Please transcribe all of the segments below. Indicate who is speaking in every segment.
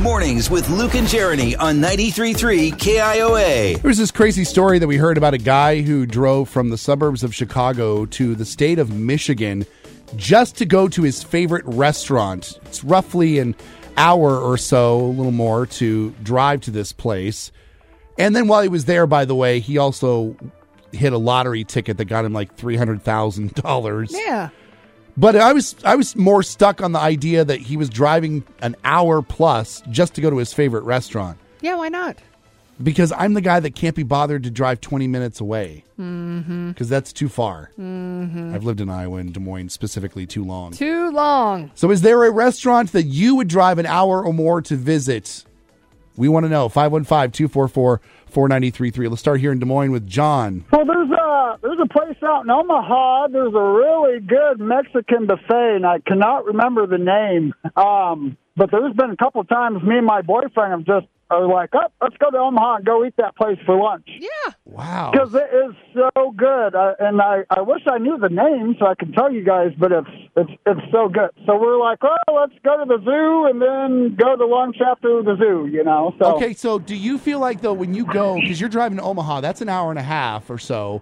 Speaker 1: Mornings with Luke and Jeremy on 93.3 KIOA.
Speaker 2: There was this crazy story that we heard about a guy who drove from the suburbs of Chicago to the state of Michigan just to go to his favorite restaurant. It's roughly an hour or so, a little more, to drive to this place. And then while he was there, by the way, he also hit a lottery ticket that got him like $300,000.
Speaker 3: Yeah.
Speaker 2: But I was I was more stuck on the idea that he was driving an hour plus just to go to his favorite restaurant.
Speaker 3: Yeah, why not?
Speaker 2: because I'm the guy that can't be bothered to drive 20 minutes away because that's too far. I've lived in Iowa and Des Moines specifically too long.
Speaker 3: Too long.
Speaker 2: so, is there a restaurant that you would drive an hour or more to visit? We want to know. 515 244 4933. Let's start here in Des Moines with John.
Speaker 4: Well, there's a there's a place out in Omaha. There's a really good Mexican buffet, and I cannot remember the name. Um, but there's been a couple of times me and my boyfriend have just are like, oh, let's go to Omaha and go eat that place for lunch
Speaker 3: Yeah.
Speaker 2: Wow.
Speaker 4: because it is so good. I, and I I wish I knew the name so I could tell you guys, but it's it's it's so good. So we're like, oh, let's go to the zoo and then go to lunch after the zoo. You know, so
Speaker 2: Okay, so do you feel like, though, when you go, because you're driving to Omaha, that's an hour and a half or so.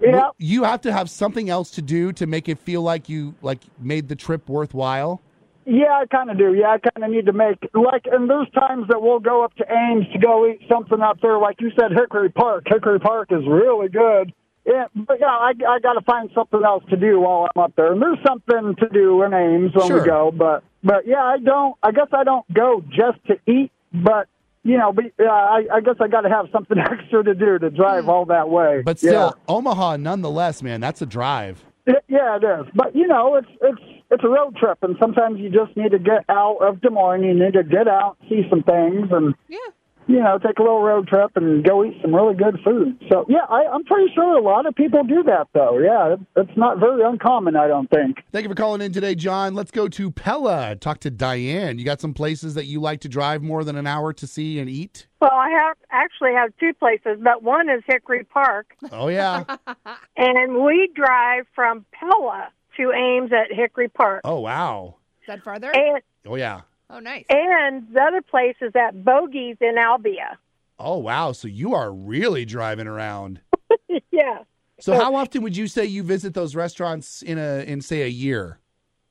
Speaker 4: Yeah.
Speaker 2: You have to have something else to do to make it feel like you like made the trip worthwhile.
Speaker 4: Yeah, I kind of do. Yeah, I kind of need to make like, and there's times that we'll go up to Ames to go eat something up there, like you said, Hickory Park. Hickory Park is really good. Yeah, but yeah, I I got to find something else to do while I'm up there, and there's something to do in Ames when
Speaker 2: Sure.
Speaker 4: we go. But but yeah, I don't. I guess I don't go just to eat, but you know, but yeah, I, I guess I got to have something extra to do to drive all that way.
Speaker 2: Hmm. But
Speaker 4: Yeah.
Speaker 2: still, Omaha, nonetheless, man, that's a drive.
Speaker 4: It, yeah, it is. But you know, it's it's it's a road trip, and sometimes you just need to get out of Des Moines. You need to get out, see some things, and
Speaker 3: Yeah.
Speaker 4: you know, take a little road trip and go eat some really good food. So yeah, I, I'm pretty sure a lot of people do that, though. Yeah, it, it's not very uncommon, I don't think.
Speaker 2: Thank you for calling in today, John. Let's go to Pella. Talk to Diane. You got some places that you like to drive more than an hour to see and eat?
Speaker 5: Well, I have actually have two places, but one is Hickory Park,
Speaker 2: Oh yeah.
Speaker 5: and we drive from Pella to Ames at Hickory Park,
Speaker 2: oh wow.
Speaker 3: Is that farther?
Speaker 5: and
Speaker 2: Oh yeah.
Speaker 3: Oh, nice.
Speaker 5: and the other place is at Bogies in Albia.
Speaker 2: Oh wow. So you are really driving around.
Speaker 5: yeah,
Speaker 2: So how often would you say you visit those restaurants in a in say a year?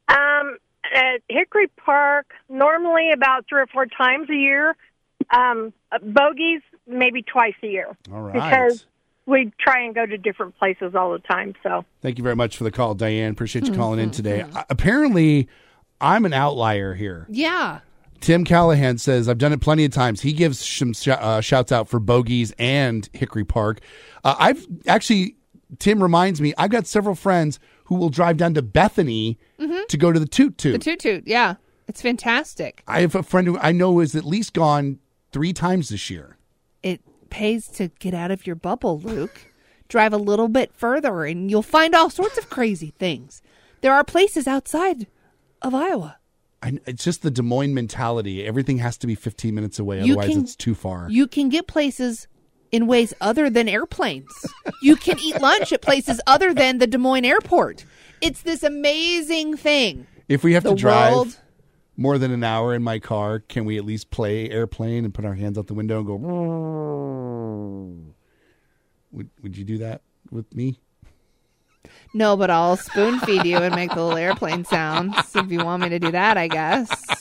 Speaker 5: um, at Hickory Park normally about three or four times a year. Um, Bogies maybe twice a year.
Speaker 2: All right.
Speaker 5: Because- We try and go to different places all the time. So
Speaker 2: Thank you very much for the call, Diane. Appreciate you calling in today. Uh, apparently, I'm an outlier here.
Speaker 3: Yeah.
Speaker 2: Tim Callahan says, I've done it plenty of times. He gives some sh- uh, shouts out for Bogies and Hickory Park. Uh, I've actually, Tim reminds me, I've got several friends who will drive down to Bethany to go to the Toot
Speaker 3: Mm-hmm. The
Speaker 2: Toot.
Speaker 3: toot toot. Yeah. It's fantastic.
Speaker 2: I have a friend who I know has at least gone three times this year.
Speaker 3: It pays to get out of your bubble, Luke. Drive a little bit further and you'll find all sorts of crazy things. There are places outside of Iowa.
Speaker 2: I, it's just the Des Moines mentality. Everything has to be 15 minutes away,
Speaker 3: You
Speaker 2: otherwise,
Speaker 3: can-
Speaker 2: it's too far.
Speaker 3: You can get places in ways other than airplanes. you can eat lunch at places other than the Des Moines airport. It's this amazing thing.
Speaker 2: if we have to
Speaker 3: the
Speaker 2: drive
Speaker 3: world-
Speaker 2: more than an hour in my car, can we at least play airplane and put our hands out the window and go? Would Would you do that with me?
Speaker 3: No, but I'll spoon feed you and make the little airplane sounds if you want me to do that, I guess.